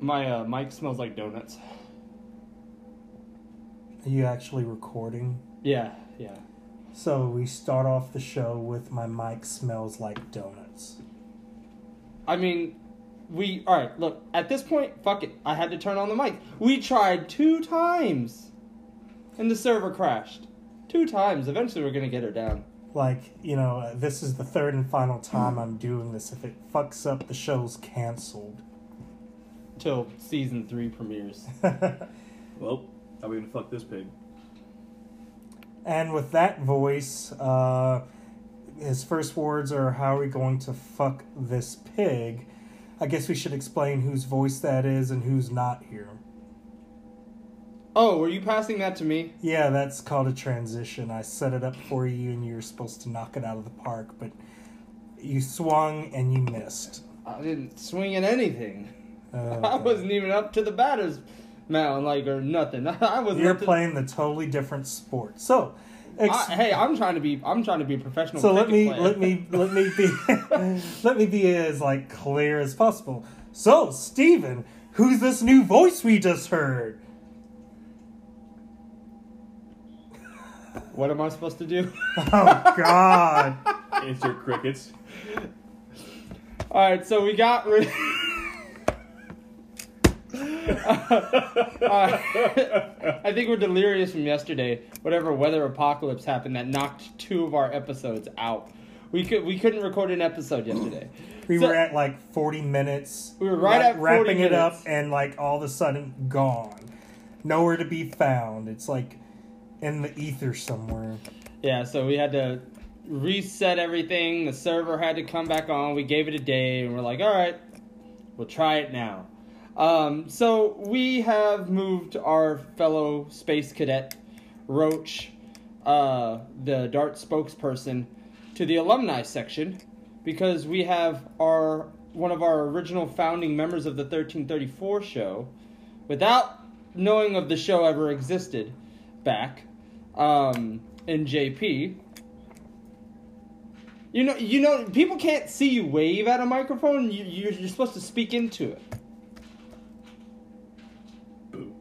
My uh, mic smells like donuts. Are you actually recording? Yeah, yeah. So we start off the show with my mic smells like donuts. I mean, we. Alright, look, at this point, fuck it. I had to turn on the mic. We tried two times! And the server crashed. Two times. Eventually, we're gonna get her down. Like, you know, uh, this is the third and final time I'm doing this. If it fucks up, the show's canceled. Till season three premieres. Well, how are we gonna fuck this pig? and with that voice, uh, his first words are, How are we going to fuck this pig? I guess we should explain whose voice that is and who's not here. Oh, were you passing that to me? Yeah, that's called a transition. I set it up for you and you were supposed to knock it out of the park, but you swung and you missed. Uh, I didn't swing at anything. I Oh, Okay. wasn't even up to the batter's mound, like, or nothing. I was You're up to- playing the totally different sport. So, ex- I- hey, I'm trying to be. I'm trying to be a professional. so let cricket me player. let me let me be let me be as like clear as possible. So, Steven, who's this new voice we just heard? What am I supposed to do? Oh God! Insert crickets. All right, so we got. Rid- Uh, I think we're delirious from yesterday. Whatever weather apocalypse happened that knocked two of our episodes out. We could we couldn't record an episode yesterday. We So- were at like 40 minutes. We were right wrap- at 40 wrapping it up, minutes. and like all of a sudden, gone, nowhere to be found. It's like in the ether somewhere. Yeah, so we had to reset everything. The server had to come back on. We gave it a day, and we're like, all right, we'll try it now. Um, so we have moved our fellow space cadet, Roach, uh, the DART spokesperson, to the alumni section because we have our one of our original founding members of the 1334 show, without knowing of the show ever existed, back um, in JP. You know, you know, people can't see you wave at a microphone. You, you're, you're supposed to speak into it. Boo.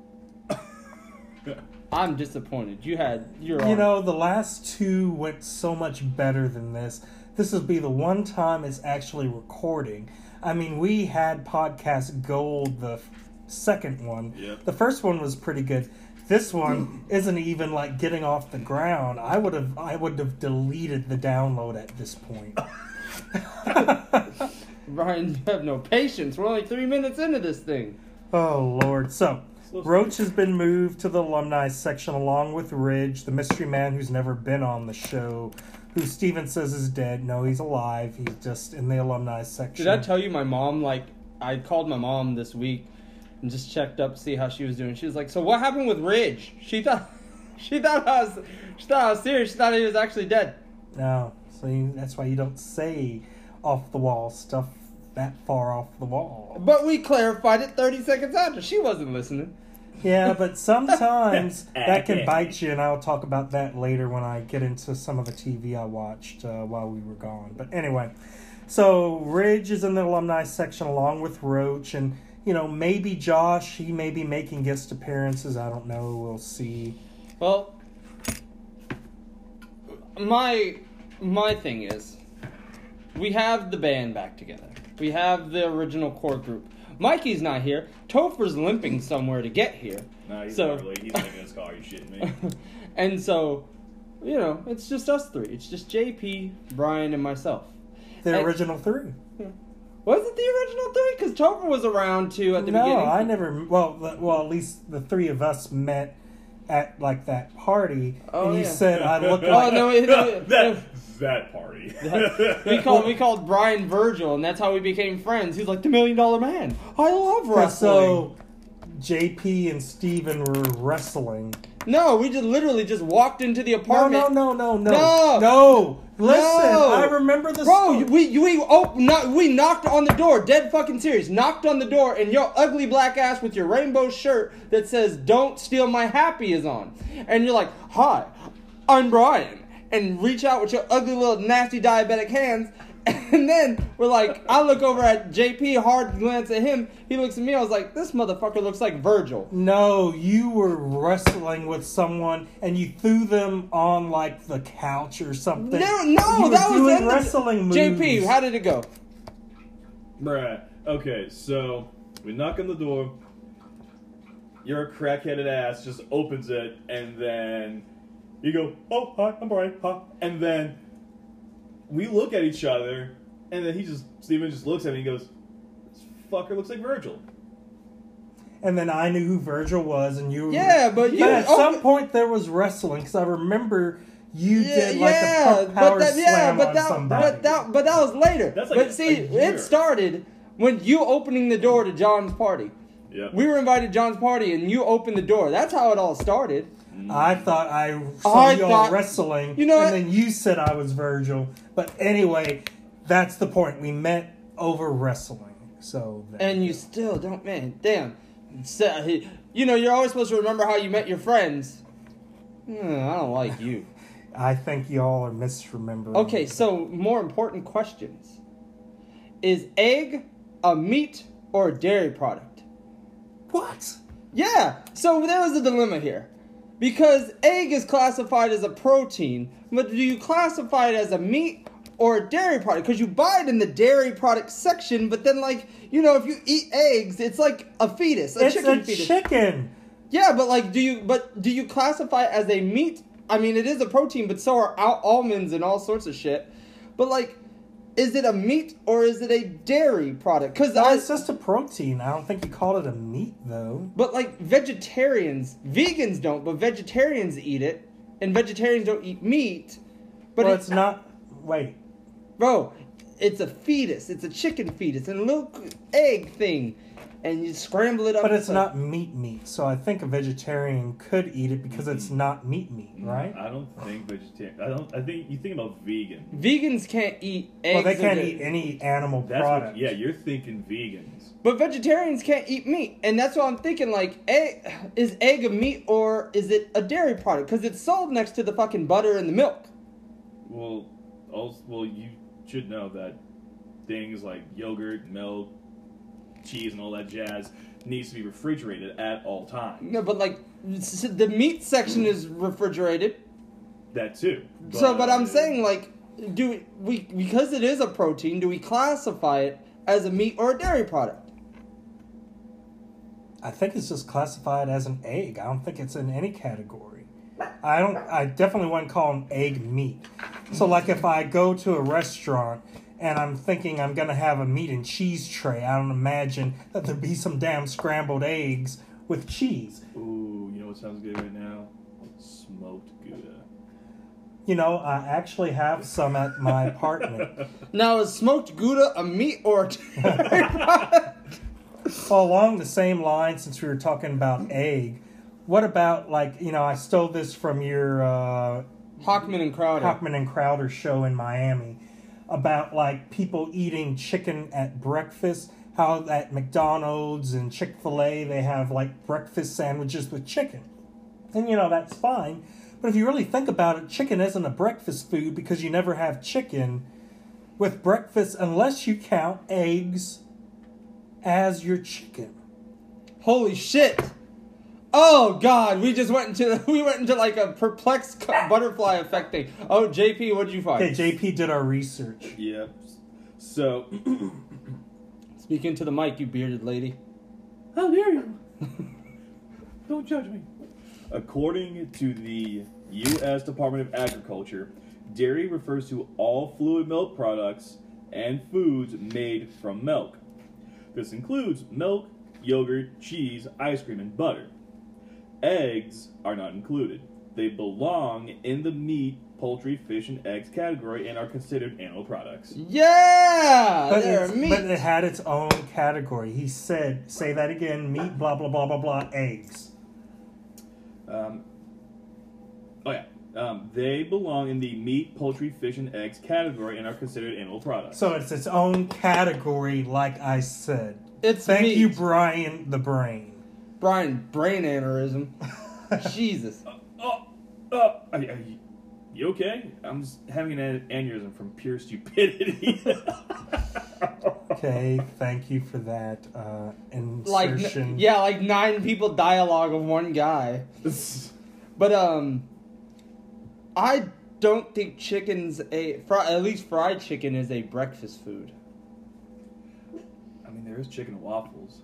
I'm disappointed. You had your. You know, the last two went so much better than this. This will be the one time it's actually recording. I mean, we had podcast gold the f- second one. Yep. The first one was pretty good. This one isn't even like getting off the ground. I would have I would have deleted the download at this point. Ryan, you have no patience. We're only three minutes into this thing. Oh Lord! So So- Roach has been moved to the alumni section along with Ridge, the mystery man who's never been on the show, who Steven says is dead. No, he's alive. He's just in the alumni section. Did I tell you my mom? Like, I called my mom this week and just checked up, see how she was doing. She was like, "So what happened with Ridge?" She thought, she thought I was, she thought I was serious. She thought he was actually dead. no, so you, that's why you don't say off the wall stuff that far off the wall. But we clarified it 30 seconds after. She wasn't listening. Yeah, but sometimes that can bite you, and I'll talk about that later when I get into some of the TV I watched uh, while we were gone. But anyway, so Ridge is in the alumni section along with Roach, and you know maybe Josh. He may be making guest appearances. I don't know. We'll see. Well, my my thing is, we have the band back together. We have the original core group. Mikey's not here. Topher's limping somewhere to get here. Nah, he's So- not really. He's not in his car. You shitting me? and so, you know, it's just us three. It's just JP, Brian, and myself. The And- original three. Was it the original three? Because Topher was around too at the no, beginning. I never. Well, the, well, at least the three of us met at like that party, Oh, and you yeah. said I look Oh, like no, it- it- that that party. we called we called Brian Virgil, and that's how we became friends. He's like the Million Dollar Man. I love wrestling. So JP and Steven were wrestling. No, we just literally just walked into the No, apartment. no, no, no, no, No. no. Listen, No. I remember the Bro, story. we we oh not we knocked on the door, dead fucking serious. Knocked on the door, and your ugly black ass with your rainbow shirt that says "Don't steal my happy" is on, and you're like, "Hi, I'm Brian," and reach out with your ugly little nasty diabetic hands, and then we're like, I look over at JP, hard glance at him. He looks at me. I was like, "This motherfucker looks like Virgil." No, you were wrestling with someone and you threw them on like the couch or something. No, no, you that were was doing in the- wrestling moves. JP, how did it go? Bruh. Okay, so we knock on the door. Your crack-headed ass just opens it, and then you go, "Oh, hi, I'm Brian." Hi. And then we look at each other, and then he just Steven just looks at me and goes, "This fucker looks like Virgil." and then I knew who Virgil was, and you. Yeah, but you- at oh, some but- point there was wrestling because I remember you Yeah, did like a pump power but that, slam yeah, but on that, somebody. but that, but that was later. That's like but a- see, a year. it started when you opening the door to John's party. Yeah. We were invited to John's party, and you opened the door. That's how it all started. I thought I saw I y'all thought- wrestling, You know and what? then you said I was Virgil. But anyway, that's the point. We met over wrestling, so there And you go. still don't, man. Damn. So, he- you know, you're always supposed to remember how you met your friends. Hmm, I don't like you. I think y'all are misremembering. Okay, so more important questions: Is egg a meat or a dairy product? what? Yeah, so there was a dilemma here. Because egg is classified as a protein, but do you classify it as a meat or a dairy product? Because you buy it in the dairy product section, but then, like, you know, if you eat eggs, it's like a fetus, a it's chicken a fetus. chicken. yeah, but like, do you but do you classify it as a meat? I mean, it is a protein, but so are al- almonds and all sorts of shit. But like, is it a meat or is it a dairy product? Because No, it's just a protein. I don't think you called it a meat though. But like vegetarians, vegans don't, but vegetarians eat it, and vegetarians don't eat meat. But But well, it- it's not. Wait, bro. It's a fetus. It's a chicken fetus, and a little egg thing, and you scramble it up. but it's like- not meat meat. So I think a vegetarian could eat it because Mm-hmm. it's not meat meat, right? I don't think vegetarian. I don't. I think you think about vegan. Vegans can't eat eggs. Well, they and can't dairy. eat any animal That's product. what, yeah. You're thinking vegans. But vegetarians can't eat meat, and that's why I'm thinking like, egg, is egg a meat or is it a dairy product? Because it's sold next to the fucking butter and the milk. Well, also, well, you should know that things like yogurt, milk, cheese, and all that jazz needs to be refrigerated at all times. No, but like s- the meat section is refrigerated. That too. So, but uh, I'm saying, like, do we because it is a protein? Do we classify it as a meat or a dairy product? I think it's just classified as an egg. I don't think it's in any category. I don't. I definitely wouldn't call an egg meat. So, like, if I go to a restaurant and I'm thinking I'm gonna have a meat and cheese tray, I don't imagine that there'd be some damn scrambled eggs with cheese. ooh, you know what sounds good right now? Smoked Gouda. You know, I actually have some at my apartment. Now, is smoked Gouda a meat or a dairy product? Well, along the same line, since we were talking about egg, what about like you know I stole this from your uh, Hockman and Crowder. Hockman and Crowder show in Miami about like people eating chicken at breakfast. How at McDonald's and Chick fil A, they have like breakfast sandwiches with chicken. And you know, that's fine. But if you really think about it, chicken isn't a breakfast food because you never have chicken with breakfast unless you count eggs as your chicken. Holy shit! Oh God, we just went into we went into like a perplexed cu- butterfly effect thing. Oh, JP, what did you find? Okay, JP did our research. Yep. So. Speak into the mic, you bearded lady. How dare you! Don't judge me. According to the U.S. Department of Agriculture, dairy refers to all fluid milk products and foods made from milk. This includes milk, yogurt, cheese, ice cream, and butter. Eggs are not included. They belong in the meat, poultry, fish, and eggs category and are considered animal products. Yeah, But, they're it's- meat. but it had its own category. He said, say that again, meat, blah, blah, blah, blah, blah, eggs. Um, Oh yeah. Um, they belong in the meat, poultry, fish, and eggs category and are considered animal products. So it's its own category, like I said. It's Thank meat. you, Brian the Brain. Brian brain aneurysm. Jesus. oh, oh, are, are you, you okay? I'm just having an aneurysm from pure stupidity. Okay, thank you for that uh, Like n- insertion. yeah, like nine people dialogue of one guy. But um, I don't think chicken's a fri- at least fried chicken is a breakfast food. I mean, there is chicken and waffles.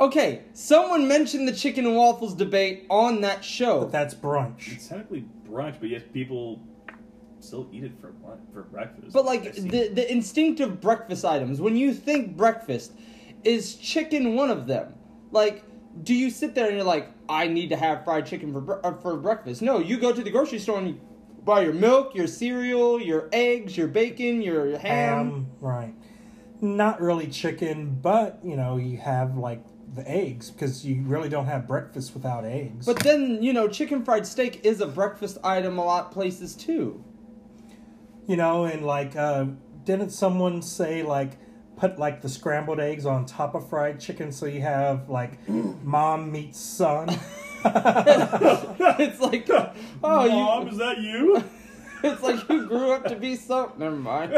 Okay, someone mentioned the chicken and waffles debate on that show. But that's brunch. It's technically brunch, but yes, people still eat it for lunch, for breakfast. But I like see. the the instinctive breakfast items, when you think breakfast, is chicken one of them? Like, do you sit there and you're like, I need to have fried chicken for bre- uh, for breakfast? No, you go to the grocery store and you buy your milk, your cereal, your eggs, your bacon, your ham. Ham, right? Not really chicken, but you know you have like the eggs because you really don't have breakfast without eggs. But then you know, chicken fried steak is a breakfast item a lot places too. you know, and like, uh, didn't someone say like put like the scrambled eggs on top of fried chicken so you have like mom meets son? it's like, oh, Mom, you. is that you? It's like you grew up to be so. Never mind.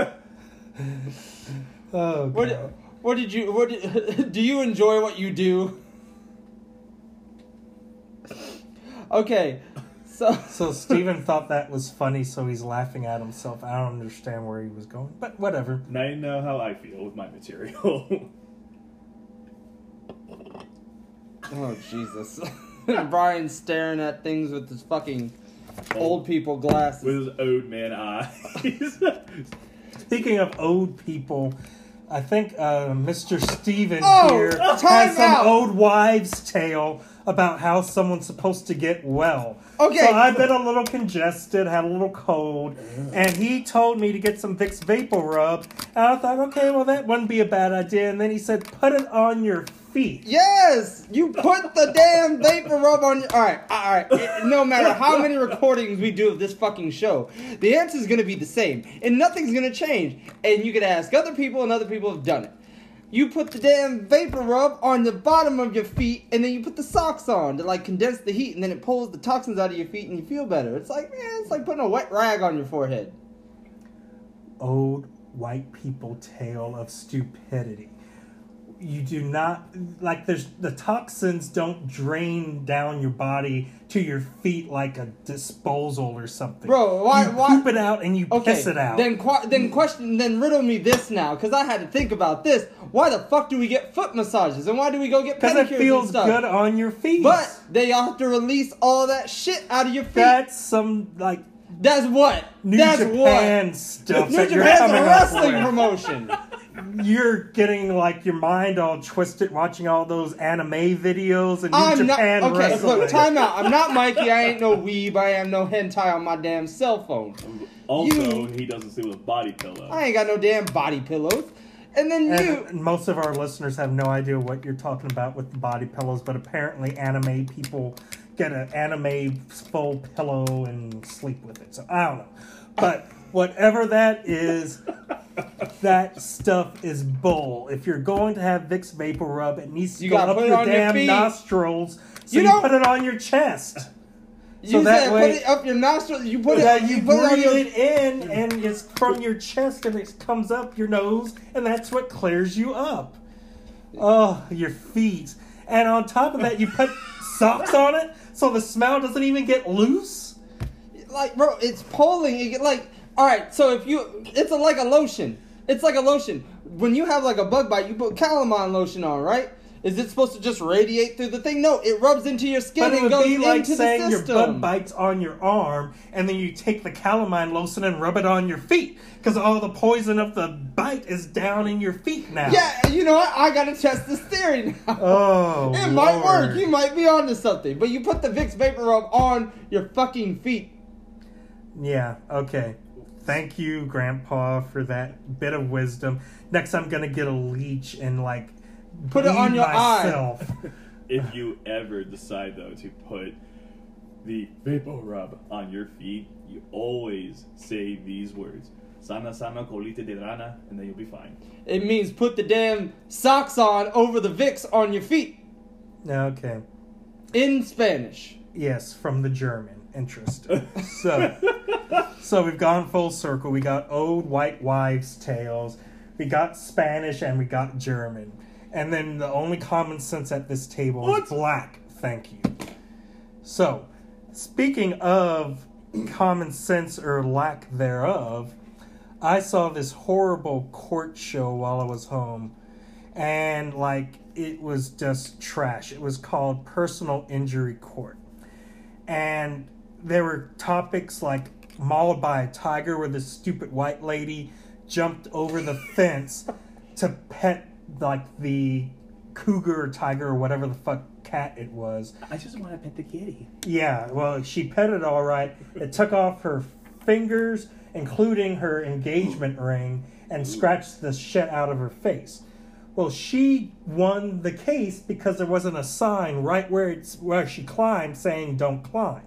oh, What God. what did you what did, do you enjoy what you do? Okay. So So Steven thought that was funny, so he's laughing at himself. I don't understand where he was going, but whatever. now you know how I feel with my material. Oh Jesus. Brian's staring at things with his fucking old people glasses. with his old man eyes. Speaking of old people, I think uh, Mr. Steven Oh, here time has some out. old wives' tale about how someone's supposed to get well. Okay. So I've been a little congested, had a little cold, and he told me to get some Vicks Vapor Rub. And I thought, okay, well, that wouldn't be a bad idea. And then he said, put it on your feet. Yes, you put the damn vapor rub on. All right, all right. It- no matter how many recordings we do of this fucking show, the answer is gonna be the same, and nothing's gonna change. And you can ask other people, and other people have done it. You put the damn vapor rub on the bottom of your feet, and then you put the socks on to like condense the heat, and then it pulls the toxins out of your feet, and you feel better. It's like man, it's like putting a wet rag on your forehead. old white people tale of stupidity. You do not like there's the toxins don't drain down your body to your feet like a disposal or something. Bro, why- you why- poop it out and you piss it out. Then, qu- then question, then riddle me this now, because I had to think about this. Why the fuck do we get foot massages, and why do we go get pedicures because it and feels stuff? good on your feet. but they have to release all that shit out of your feet. that's some like That's what. New That's Japan what. stuff. New that you're Japan's a coming up wrestling with. promotion. You're getting like your mind all twisted watching all those anime videos and New I'm not Japan okay. wrestling. Look, time out. I'm not Mikey. I ain't no weeb. I am no hentai on my damn cell phone. also, he doesn't sleep with a body pillow. I ain't got no damn body pillows. And then you. And most of our listeners have no idea what you're talking about with the body pillows, but apparently anime people get an anime full pillow and sleep with it. So I don't know. But whatever that is, that stuff is bull. If you're going to have Vicks Vapor Rub, it needs to You go gotta up put it your on your damn feet. nostrils. So You you, don't- put it on your chest. You that said way- put it up your nostrils. You put Yeah, it. you put it on breathe your- it in, and it's from your chest, and it comes up your nose, and that's what clears you up. Oh, your feet. And on top of that, you put socks on it, so the smell doesn't even get loose. like bro it's polling you get like all right so if you it's a, like a lotion it's like a lotion when you have like a bug bite you put calamine lotion on right is it supposed to just radiate through the thing no it rubs into your skin But it and would goes be like into saying the your bug system bites on your arm, and then you take the calamine lotion and rub it on your feet, because all the poison of the bite is down in your feet now. yeah you know what i gotta test this theory now Oh, it might work Lord. you might be onto something but you put the vicks vapor rub on your fucking feet Yeah, okay. Thank you, Grandpa, for that bit of wisdom. Next, I'm gonna get a leech and like Put it on bleed your eye. myself. if you ever decide though to put the vapor rub on your feet, you always say these words. Sana sana colita de rana, and then you'll be fine. It means put the damn socks on over the Vicks on your feet Okay. in Spanish. Yes, from the German. Interesting. so, so we've gone full circle. We got old white wives' tales, we got Spanish, and we got German. And then the only common sense at this table is What? black. Thank you. So, speaking of common sense or lack thereof, I saw this horrible court show while I was home, and like it was just trash. It was called Personal Injury Court and there were topics like mauled by a tiger where this stupid white lady jumped over the fence to pet like the cougar or tiger or whatever the fuck cat it was I just want to pet the kitty. yeah well she pet it all right it took off her fingers including her engagement ring and scratched the shit out of her face well she won the case because there wasn't a sign right where it's where she climbed saying don't climb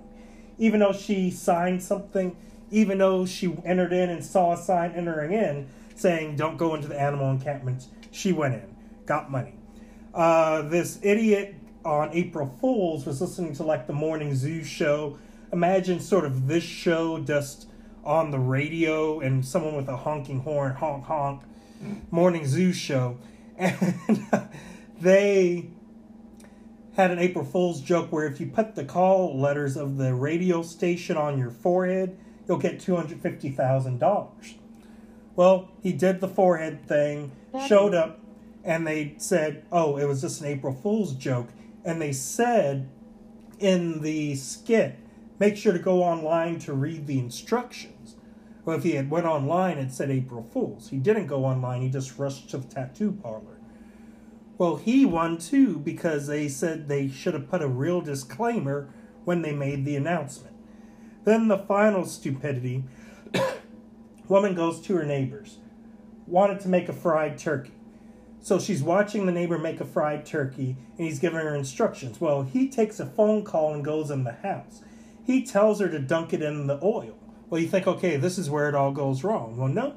even though she signed something, even though she entered in and saw a sign entering in saying "Don't go into the animal encampment," she went in, got money. Uh, this idiot on April Fools was listening to like the morning zoo show. Imagine sort of this show just on the radio and someone with a honking horn, honk honk, morning zoo show, and they had an April Fool's joke where if you put the call letters of the radio station on your forehead, you'll get $250,000. Well, he did the forehead thing, showed up, and they said, oh, it was just an April Fool's joke. And they said in the skit, make sure to go online to read the instructions. Well, if he had went online, it said April Fool's. He didn't go online. He just rushed to the tattoo parlor. Well, he won too because they said they should have put a real disclaimer when they made the announcement. Then the final stupidity woman goes to her neighbors, wanted to make a fried turkey. So she's watching the neighbor make a fried turkey and he's giving her instructions. Well, he takes a phone call and goes in the house. He tells her to dunk it in the oil. Well, you think, okay, this is where it all goes wrong. Well, no,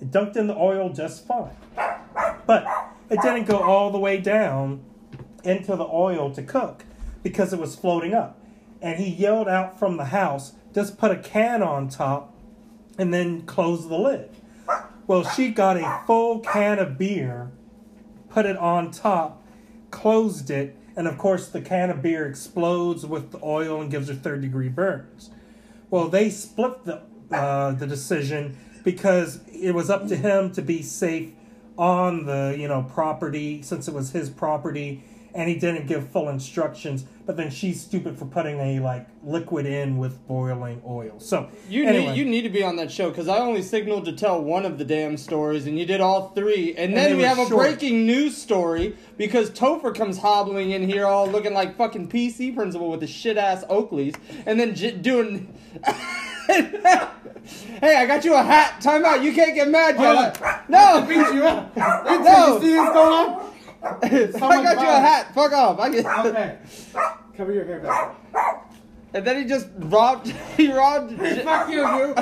it dunked in the oil just fine but it didn't go all the way down into the oil to cook because it was floating up. And he yelled out from the house, just put a can on top and then close the lid. Well, she got a full can of beer, put it on top, closed it, and of course the can of beer explodes with the oil and gives her third degree burns. Well, they split the uh, the decision because it was up to him to be safe on the you know property since it was his property, and he didn't give full instructions. But then she's stupid for putting a like liquid in with boiling oil. So You anyway. need you need to be on that show because I only signaled to tell one of the damn stories, and you did all three. And then they we were have a short. breaking news story because Topher comes hobbling in here all looking like fucking PC principal with his shit ass Oakleys, and then j- doing. hey, I got you a hat. Time out. You can't get mad yet. no, beat you up. Oh. no, See what's going on? I got you a violent. hat. Fuck off. I get. Okay. Cover your hair back. And then he just robbed. He robbed. Fuck you, you!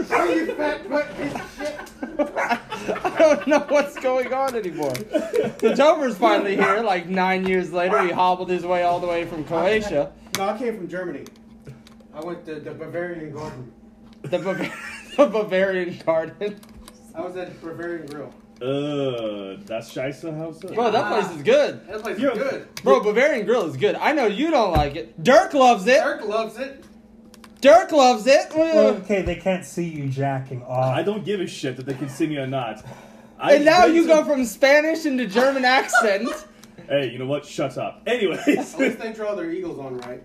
oh, you fat butt piece of shit! I don't know what's going on anymore. The Dover's finally here, like nine years later. He hobbled his way all the way from Croatia. No, I came from Germany. I went to the Bavarian Garden. The, Bav- the Bavarian garden. I was at Bavarian Grill. Uh, that's Scheisse House. Bro, that place is good. That place is You're- good. Bro, Bavarian Grill is good. I know you don't like it. Dirk loves it. Eric loves it. Dirk loves it. Well, okay, they can't see you jacking off. I don't give a shit that they can see me or not. I And now went you to- go from Spanish into German accent. Hey, you know what? Shut up. Anyways, At least they draw their eagles on right.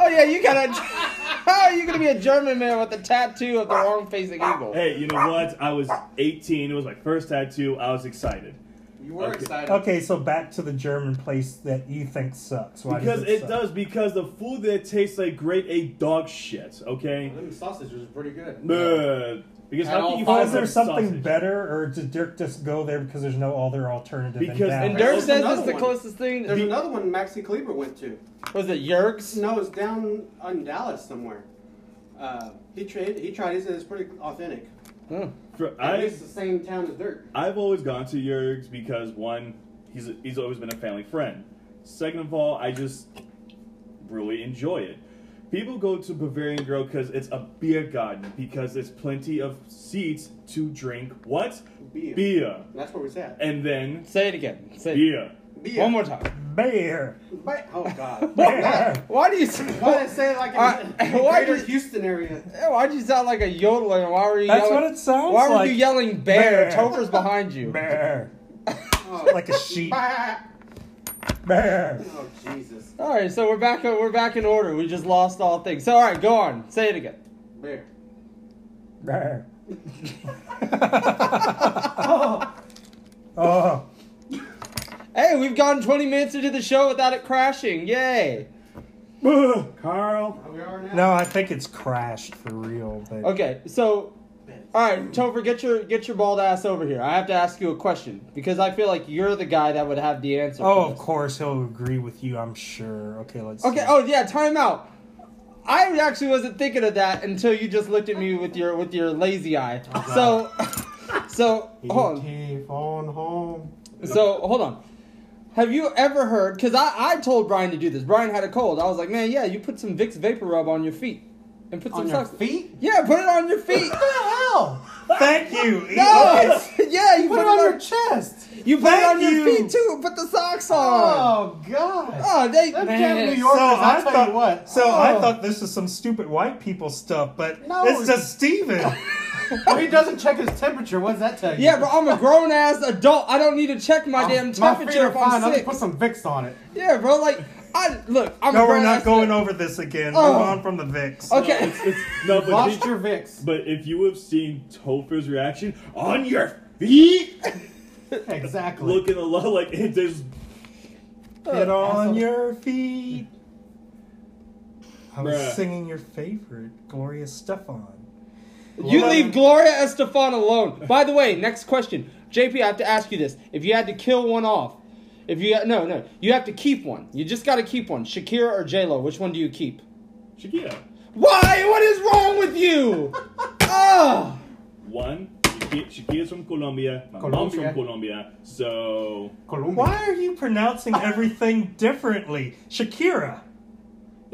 Oh yeah, you got to How are you gonna be a German man with a tattoo of the wrong facing eagle? hey, you know what? I was 18. It was my first tattoo. I was excited You were Okay. excited. Okay, so back to the German place that you think sucks. Why because does it suck? does. Because the food there tastes like grade A dog shit. Okay. Them sausages are pretty good. Uh, Because And how all can you five Or find is there sausage? something better, or did Dirk just go there because there's no other alternative? Because- And Dirk in There's says it's another the one. closest thing. There's another one Maxi Kleber went to. Was it Yerkes? No, it's down on Dallas somewhere. Uh, he tried. He tried. He said it's pretty authentic. Huh. For- I, I, it's the same town as Dirt. I've always gone to Yerg's because one, he's he's always been a family friend. Second of all, I just really enjoy it. People go to Bavarian Grill because it's a beer garden because there's plenty of seats to drink what Beer. beer, That's where we sat. and then Say it again. Say it. beer. Beer. One more time. Bear. But, oh God. Bear. Why do you? Why did I say it like in Uh, the why greater did- Houston area? Why'd you sound like a yodeler? Why were you? That's yelling, what it sounds Why were like. you yelling bear? Bear. Topher's behind you. Bear. Oh, Like a sheep. bah. Bear. oh Jesus. All right, so we're back. We're back in order. We just lost all things. So all right, go on. Say it again. Bear. Bear. oh. Hey, we've gotten 20 minutes into the show without it crashing. Yay. Ugh. Carl, How we are now? No, I think it's crashed for real. But Okay, so all right, Topher, get your get your bald ass over here. I have to ask you a question because I feel like you're the guy that would have the answer. for Oh, of this. course he'll agree with you. I'm sure. Okay, let's. Okay. see. Oh yeah, time out. I actually wasn't thinking of that until you just looked at me with your with your lazy eye. So, so hold on. E.T. E phone home. So hold on. Have you ever heard? Because I, I told Brian to do this. Brian had a cold. I was like, man, yeah, you put some Vicks Vapor Rub on your feet and put some On your socks- feet? Yeah, put it on your feet. Hell! Thank you. E No, Okay. it's- yeah, you put, it on your chest. you put it Thank on your you. feet too. Put the socks on. Oh God. Oh, they That's man. New Yorkers. I'll tell thought you what. So I Oh. thought this was some stupid white people stuff, but No. it's just Steven. Well, he doesn't check his temperature. What does that tell you? Oh. Yeah, but I'm a grown ass adult. I don't need to check my damn My feet temperature are if I'm fine. I'll just sick. put some Vicks on it. Yeah, bro. Like, I look. I'm no, a we're grown not ass going man. over this again. Oh. Move on from the VIX. Okay. it's, it's no, but, Lost if, your Vicks. but if you have seen Topher's reaction on your feet, Exactly. looking a lot like it is. Get on asshole. your feet. I was Bruh. singing your favorite, Gloria Stefan. you leave Gloria Estefan alone. By the way, next question, JP. I have to ask you this: If you had to kill one off, if you no no, you have to keep one. You just got to keep one. Shakira or J Lo? Which one do you keep? Shakira. Why? What is wrong with you? Ah. Ugh. One, Shaki- Shakira's from Colombia. My mom's Colombia. from Colombia. So Colombia. Why are you pronouncing everything differently? Shakira.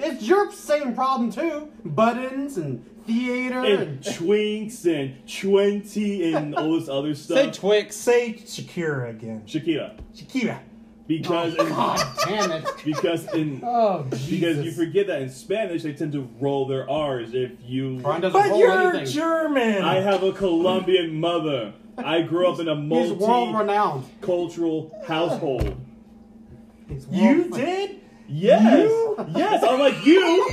It's your same problem too. Buttons and theater and and, twinks and twenty and all this other Say stuff. Twix. Say Shakira again. Shakira, Shakira. because Oh, God damn it. because in Oh because Jesus. you forget that in Spanish they tend to roll their R's if you. Brian doesn't But roll you're anything. German. I have a Colombian mother. I grew up in a He's world renowned. multicultural household. He's you world- did? Yes, yes. I'm like you.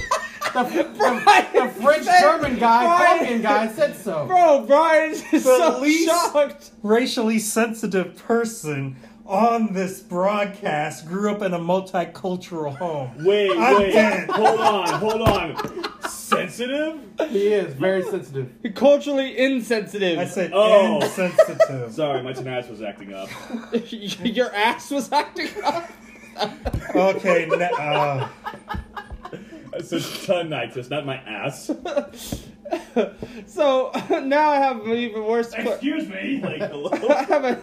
The, the, the French German guy, Brian- Colombian guy said so. Bro, Brian is so least- shocked. Racially sensitive person on this broadcast grew up in a multicultural home. Wait, I'm wait. dead. Hold on, hold on. Sensitive? He is very sensitive. Culturally insensitive. I said Oh. insensitive. Sorry, my tinnitus was acting up. Your ass was acting up. okay, now. Uh, It's a tinnitus, not my ass. So now I have an even worse. que- Excuse me. Like, hello? I have a,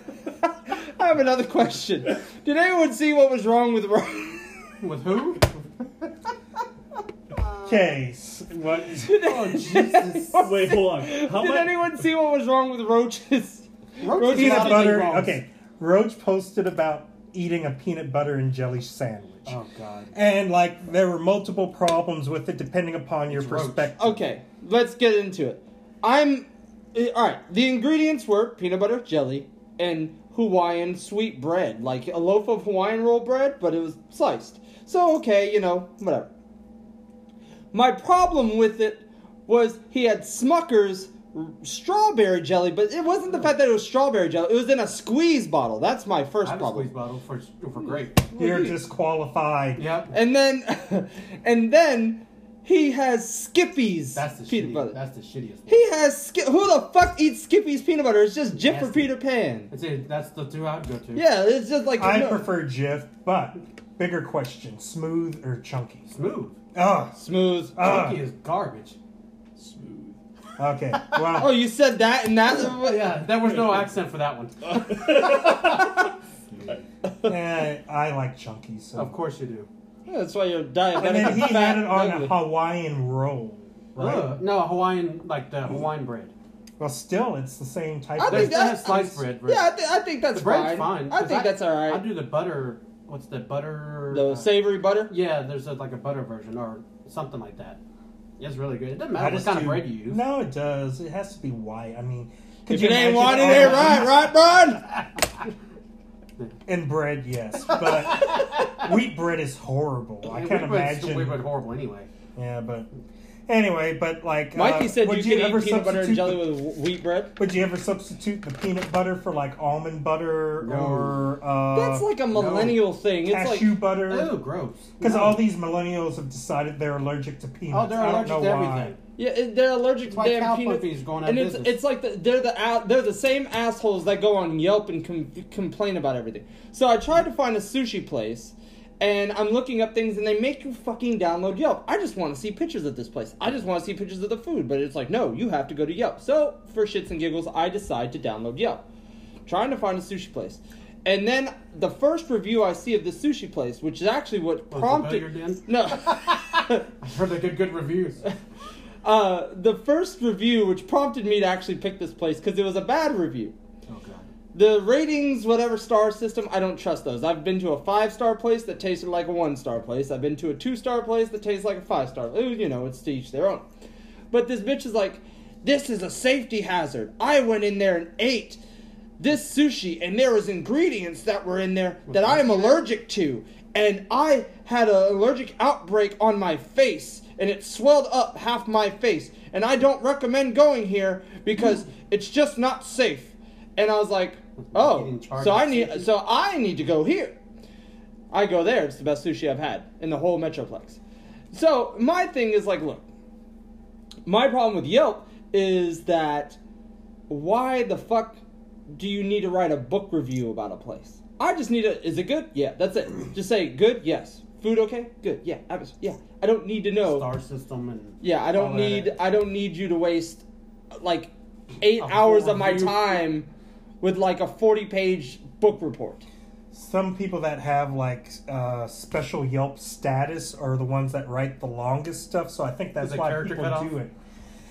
I have another question. Did anyone see what was wrong with Ryan? With who? case. What? Oh Jesus. Wait, hold on. How Did much? anyone see what was wrong with roaches? Roach is a lot Peanut of butter. things. Okay, Roach posted about eating a peanut butter and jelly sandwich. Oh God. And like there were multiple problems with it depending upon your Roach. perspective. Okay, let's get into it. I'm eh, all right. The ingredients were peanut butter, jelly, and Hawaiian sweet bread, like a loaf of Hawaiian roll bread, but it was sliced. So okay, you know, whatever. My problem with it was he had Smucker's r- strawberry jelly, but it wasn't the fact that it was strawberry jelly. It was in a squeeze bottle. That's my I first have a problem. squeeze bottle for for grape. You're disqualified. Yep. And then, and then He has Skippy's That's the peanut shittiest. butter. That's the shittiest. One. He has Skip. Who the fuck eats Skippy's peanut butter? It's just Jif or Nasty. Peter Pan. That's it. That's the two I'd go to. Yeah, it's just like I no- prefer Jif, but bigger question: smooth or chunky? Smooth. Ugh. smooth. Ah. Chunky is garbage. Smooth. Okay. Oh, Well, you said that, and that's Yeah, there was no accent for that one. eh, I like chunky. So Of course you do. Yeah, that's why you're diabetic. And then he fat, had it on ugly. a Hawaiian roll, right? Ugh. no, Hawaiian like the Hawaiian bread. Well, still, it's the same type. I of think There's that- that's sliced bread. Right? Yeah, I, th- I think that's the bread's fine. fine. I 'cause think that's all I right. do the butter. What's the butter? The uh, savory butter. Yeah, there's a, like a butter version or something like that. It's really good. It doesn't matter what just kind of do- bread you use. No, it does. It has to be white. I mean, could If you ain't imagine want it, all ain't the- right, right, Brian? And bread, yes, but wheat bread is horrible. I And can't wheat bread's- imagine. Wheat bread horrible anyway. Yeah, but anyway, but like uh, Mikey said you would could ever eat peanut butter and substitute jelly the- with w- wheat bread. Would you ever substitute the peanut butter for like almond butter No. or uh, That's like a millennial thing. It's cashew like Oh, butter? gross. Because No. all these millennials have decided they're allergic to peanuts. oh, they're I don't allergic know to why. everything. yeah, it- they're allergic That's to why damn peanut. Cowpuffy's going out And of it's business. it's like the, they're the out, they're the same assholes that go on Yelp and com- complain about everything. So I tried to find a sushi place. And I'm looking up things, and they make you fucking download Yelp. I just want to see pictures of this place. I just want to see pictures of the food, but it's like, no, you have to go to Yelp. So, for shits and giggles, I decide to download Yelp. trying to find a sushi place. And then the first review I see of the sushi place, which is actually what Was it prompted Billiard Dan? no, I've heard they get good reviews. uh, the first review which prompted me to actually pick this place because it was a bad review. Oh god. The ratings, whatever star system, I don't trust those. I've been to a five star place that tasted like a one star place. I've been to a two star place that tastes like a five star. You know, it's to each their own. But this bitch is like, this is a safety hazard. I went in there and ate this sushi, and there was ingredients that were in there that I am allergic to, and I had an allergic outbreak on my face, and it swelled up half my face, and I don't recommend going here because it's just not safe. And I was like, oh, Eating charred so I sushi. need, so I need to go here. I go there. It's the best sushi I've had in the whole Metroplex. So my thing is like, look, my problem with Yelp is that why the fuck do you need to write a book review about a place? I just need a. Is it good? Yeah, that's it. Just say good. Yes. Food okay? Good. Yeah. Atmosphere. Yeah. I don't need to know. Star system and Yeah. I all don't that. need. I don't need you to waste like eight A full hours of my review. time with like a forty-page book report. Some people that have like uh, special Yelp status are the ones that write the longest stuff, so I think that's Is it why character people cutoff? do it.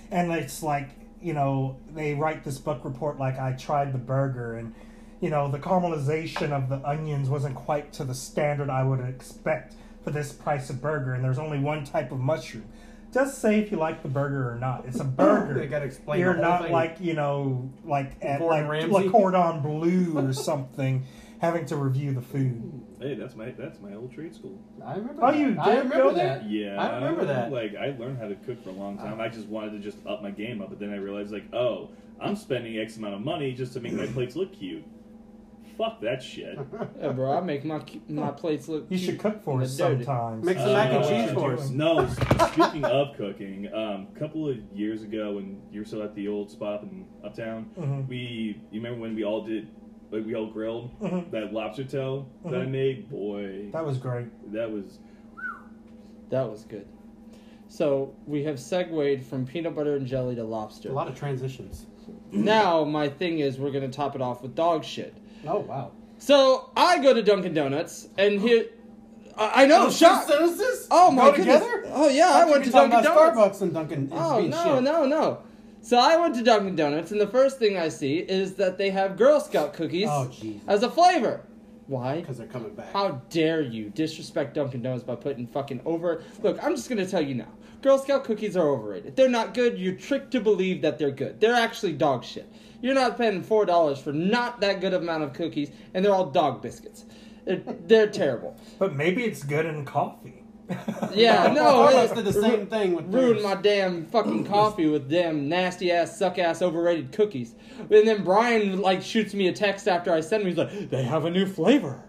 And it's like, you know, they write this book report like I tried the burger and you know, the caramelization of the onions wasn't quite to the standard I would expect for this price of burger and there's only one type of mushroom. Just say if you like the burger or not. It's a burger. They gotta explain the You're whole not thing. like you know, like at Gordon like Ramsay? Le Cordon Bleu or something, having to review the food. Hey, that's my that's my old trade school. I remember. Oh, that. you I did remember go there? that. Yeah, I remember that. Ah. Like I learned how to cook for a long time. I just wanted to just up my game up, but then I realized like, oh, I'm spending X amount of money just to make my plates look cute. Fuck that shit. Yeah, bro. I make my my plates look. You should cook for us They're dirty. sometimes. Make some mac and Uh, cheese for us. No, speaking of cooking, a couple of years ago when you were still at the old spot up in Uptown, Mm-hmm. Mhm. we you remember when we all did like we all grilled Mm-hmm. Mhm. that lobster tail that I Mhm. made? Boy, That was great. that was That was good. So we have segued from peanut butter and jelly to lobster. A lot of transitions. Now my thing is we're gonna top it off with dog shit. Oh wow. So I go to Dunkin' Donuts and here, I, I know. shock. Synthesis? Oh my Go goodness. Together? Oh yeah, How I could went to you talk Dunkin' about Donuts. Starbucks and Dunkin'. It's Oh being no, shit. no, no. So I went to Dunkin' Donuts and the first thing I see is that they have Girl Scout cookies Oh, Jesus. as a flavor. Why? Because they're coming back. How dare you disrespect Dunkin' Donuts by putting fucking over? Look, I'm just gonna tell you now. Girl Scout cookies are overrated. They're not good. You're tricked to believe that they're good. They're actually dog shit. You're not paying four dollars for not that good amount of cookies, and they're all dog biscuits. They're, they're terrible. But maybe it's good in coffee. Yeah, no. Starbucks it- did the same thing with ruined theirs. my damn fucking coffee with damn nasty ass, suck ass, overrated cookies. And then Brian like shoots me a text after I send him. He's like, "They have a new flavor."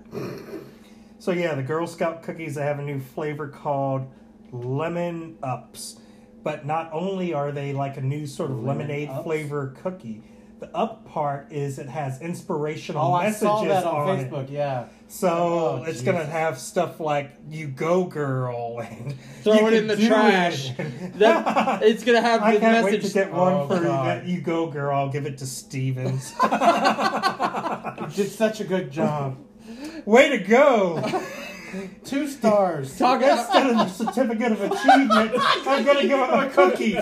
So yeah, the Girl Scout cookies they have a new flavor called lemon ups. But not only are they like a new sort of Lemon lemonade Ups? flavor cookie, the up part is it has inspirational Oh, I messages saw that on, on it. Facebook. Yeah. So Oh, it's Jesus. gonna have stuff like "You Go Girl" and Throw "You it can in the do trash. it. That, it's gonna have I the can't wait to message. get one Oh, for God. that "You Go Girl." I'll give it to Stevens. You did such a good job. way to go! Two stars. Talk about Instead of the certificate of achievement, I'm gonna give him a cookie.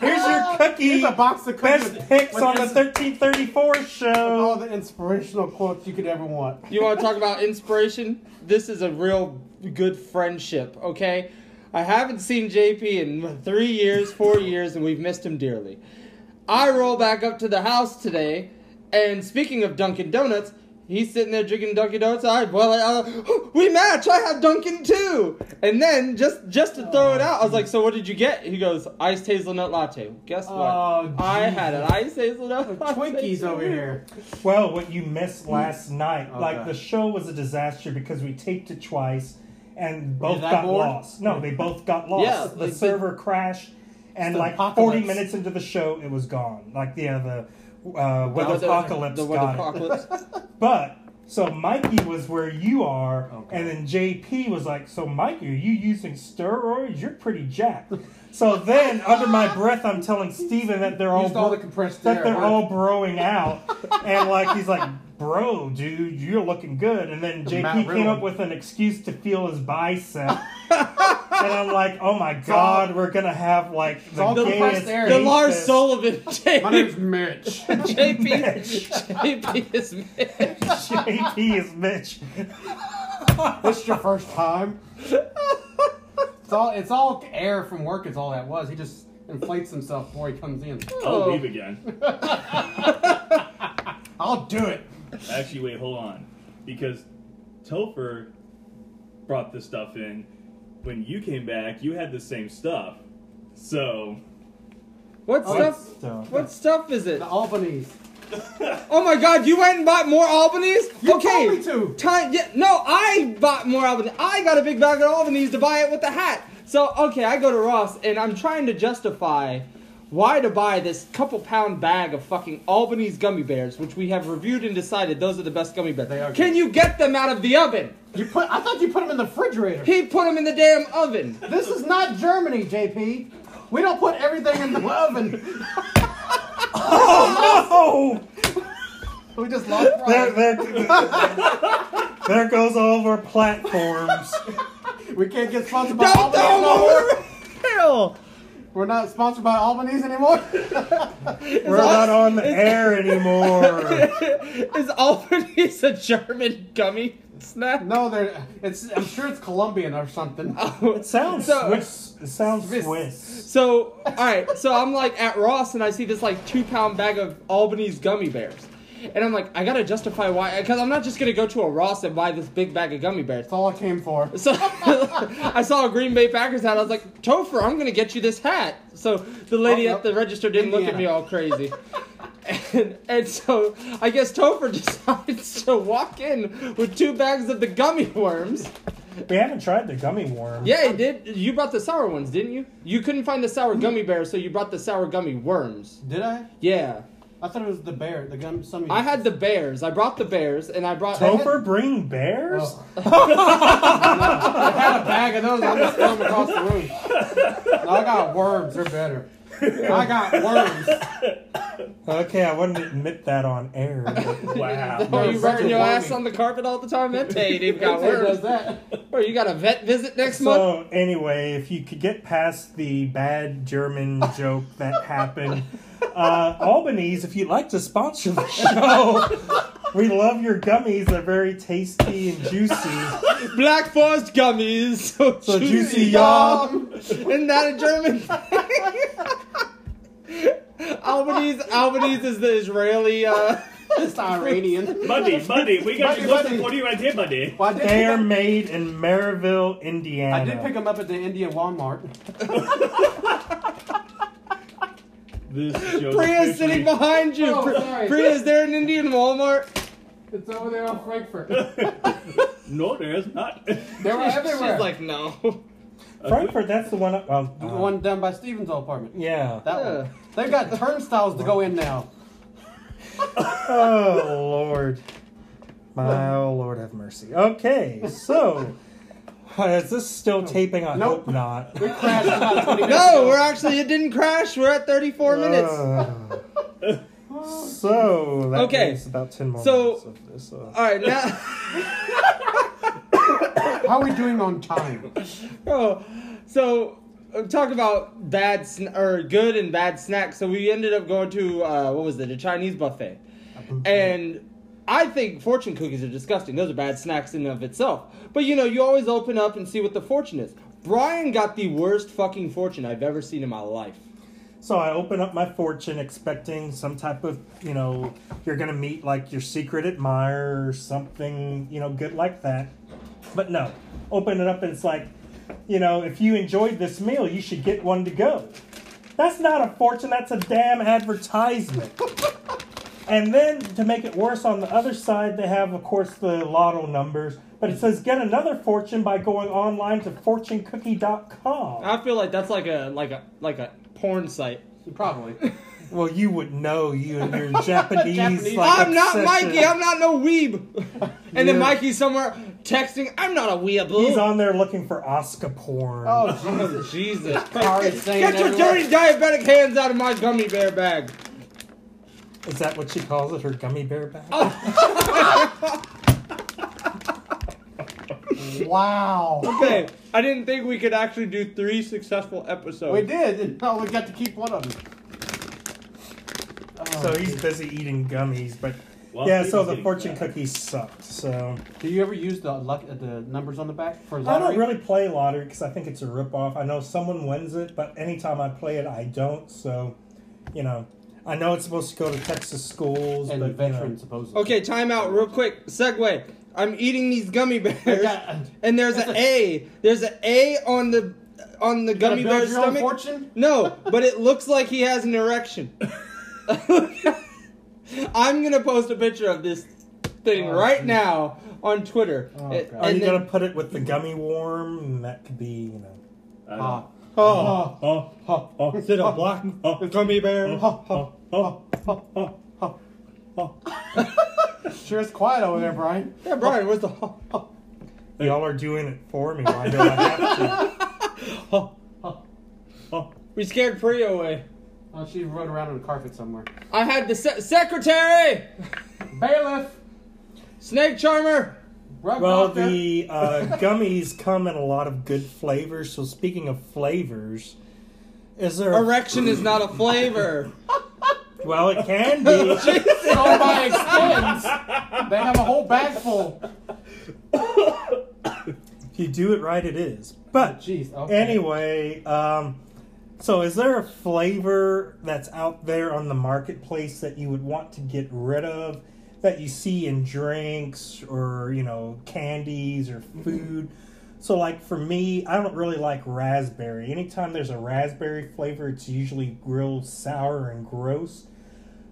Here's your cookie. Here's a box of cookies. Best picks with on the ins- 1334 with all show. the inspirational quotes you could ever want. you want to talk about inspiration. This is a real good friendship. Okay, I haven't seen JP in three years, four years, and we've missed him dearly. I roll back up to the house today, and speaking of Dunkin' Donuts. He's sitting there drinking Dunkin' Donuts. I well, I, I- we match. I have Dunkin' too. And then just just to throw it out, I was like, "So what did you get?" He goes, "Iced hazelnut latte." Guess what? Oh, I had an Jesus. iced hazelnut latte. Twinkies over here. Well, what you missed last night, Oh, like God. the show was a disaster because we taped it twice, and both that got bored? lost. No, they both got lost. Yeah, the they- server crashed, and the like apocalypse. forty minutes into the show, it was gone. Like yeah, the uh, weather the- apocalypse The got it. weatherpocalypse. But so Mikey was where you are, Okay. and then JP was like, "So Mikey, are you using steroids? You're pretty jacked." So then, under my breath, I'm telling Steven that they're all Used all bro- the compressed that air, they're huh? all broing out, and like he's like, "Bro, dude, you're looking good." And then JP Mount came up Rushmore. with an excuse to feel his bicep. and I'm like, oh my god, we're gonna have like the, all compressed gayest air. the The Lars beefest- Sullivan My JP name's Mitch. JP, JP is mad. JP is Mitch. this is your first time. It's all it's all air from work. Is all that was. He just inflates himself before he comes in. Oh. I'll leave again. I'll do it. Actually, wait, hold on. Because Topher brought this stuff in. When you came back, you had the same stuff. So, What Oh, stuff? So- What stuff is it? The Albanese. Oh my God! You went and bought more Albanese. You okay. told me to. Time. Yeah, no, I bought more Albanese. I got a big bag of Albanese to buy it with the hat. So okay, I go to Ross and I'm trying to justify why to buy this couple pound bag of fucking Albanese gummy bears, which we have reviewed and decided those are the best gummy bears. They are good. Can you get them out of the oven? You put. I thought you put him in the refrigerator. He put them in the damn oven. This is not Germany, JP. We don't put everything in the oven. Oh! We just lost. There, Ryan. there, there goes all of our platforms. We can't get sponsored by Don't Albanese throw them no more. over the hill. We're not sponsored by Albanese anymore. We're not on the air anymore. Is Albanese a German gummy snack? no, they're. It's. I'm sure it's Colombian or something. It sounds So- Swiss. It sounds Swiss. Swiss. So, all right. So I'm like at Ross, and I see this like two pound bag of Albanese gummy bears, and I'm like, I gotta justify why, because I'm not just gonna go to a Ross and buy this big bag of gummy bears. That's all I came for. So I saw a Green Bay Packers hat. I was like, Topher, I'm gonna get you this hat. So the lady Oh, at the register didn't look at me Indiana. all crazy. And, and so I guess Topher decides to walk in with two bags of the gummy worms. We haven't tried the gummy worm. Yeah, he did. You brought the sour ones, didn't you? You couldn't find the sour gummy bears, so you brought the sour gummy worms. Did I? Yeah. I thought it was the bear. The gum. Some. I had the bears. I brought the bears, and I brought. Topher bring bears? Oh. I had a bag of those. I just threw them across the room. No, I got worms. They're better. I got worms. Okay, I wouldn't admit that on air. but Oh, Wow. No. you They're rubbing your warming. ass on the carpet all the time? That ain't even got Who does worms. that? Or you got a vet visit next month? So, anyway, if you could get past the bad German joke that happened, uh, Albanese, if you'd like to sponsor the show, we love your gummies. They're very tasty and juicy. Black Forest gummies. So, So juicy, y'all. yum. Isn't that a German thing? Albanese, Albanese is the Israeli. Uh, It's Iranian. Monday, Monday, we got your Monday, most Monday. important right here, Monday. Well, I did. They Pick are up, made in Maryville, Indiana. I did pick them up at the Indian Walmart. This show is Priya's officially- sitting behind you. Oh, Pri- sorry. Priya, is there an Indian Walmart? It's over there on Frankfurt. They No, there's not. Uh, were everywhere. She's like, no. Frankfurt, that's the one. I, well, The uh, one down by Stevens' old apartment. Yeah. That Yeah. one. They've got turnstiles to go in now. oh Lord, my oh Lord, have mercy. Okay, so is this still taping? I Oh, Nope. hope not. We crashed about 20 minutes No, ago. we're actually it didn't crash. We're at 34 minutes. Uh, so that Okay. leaves about ten more So- minutes of this. uh, All right, now How are we doing on time? Oh, so uh, talk about bad sn- or good and bad snacks. So we ended up going to uh, what was it? A Chinese buffet, and I think fortune cookies are disgusting. Those are bad snacks in and of itself. But you know, you always open up and see what the fortune is. Brian got the worst fucking fortune I've ever seen in my life. So I open up my fortune expecting some type of, you know, you're going to meet like your secret admirer or something, you know, good like that. But no, open it up and it's like, you know, if you enjoyed this meal, you should get one to go. That's not a fortune, that's a damn advertisement. and then to make it worse, on the other side, they have, of course, the lotto numbers. But it says get another fortune by going online to fortunecookie.com. I feel like that's like a like a like a porn site. Probably. Well, you would know you and your Japanese. Japanese. like, I'm not obsession. Mikey. I'm not no weeb. and then Yeah. Mikey's somewhere texting. I'm not a weeaboo. He's on there looking for Oscar porn. Oh, Oh, Jesus Sorry, Christ. saying Get your everyone- dirty diabetic hands out of my gummy bear bag. Is that what she calls it? Her gummy bear bag? Oh. wow. Okay, I didn't think we could actually do three successful episodes. We did. and No, we got to keep one of them. Oh, so he's busy eating gummies, but Well, yeah. he's So the getting fortune fat. cookies sucked. So Do you ever use the luck, uh, the numbers on the back for I lottery? don't really play lottery because I think it's a ripoff. I know someone wins it, but anytime I play it, I don't. So, you know, I know it's supposed to go to Texas schools, And but you know. veteran, supposedly. Okay, time out real quick. Segway. I'm eating these gummy bears, Yeah. and there's an A. There's an A on the on the Gotta gummy build bear's your own stomach. fortune? No, but it looks like he has an erection. I'm gonna post a picture of this thing Oh, right geez. now on Twitter. Oh, It- God. Are and you then- gonna put it with the gummy worm? And that could be, you know. I don't- Ah. Oh, Oh, Oh, oh, is it a black gummy Ah. bear? oh, oh, oh, oh, oh, oh. Sure it's quiet over there, Brian. Yeah, Brian, where's the? Y'all are doing it for me. Why do I have to? We scared Priya away. Oh, she rode around on a carpet somewhere. I had the se- secretary, Bailiff! snake charmer. Rug Well, doctor. the uh, gummies come in a lot of good flavors. So, speaking of flavors, is there? Erection is not a flavor. well, it can be. Oh, by expense. They have a whole bag full. if you do it right, it is. But Jeez. Okay. anyway, um, so is there a flavor that's out there on the marketplace that you would want to get rid of? That you see in drinks or you know candies or food. So like for me, I don't really like raspberry. Anytime there's a raspberry flavor, it's usually real sour and gross.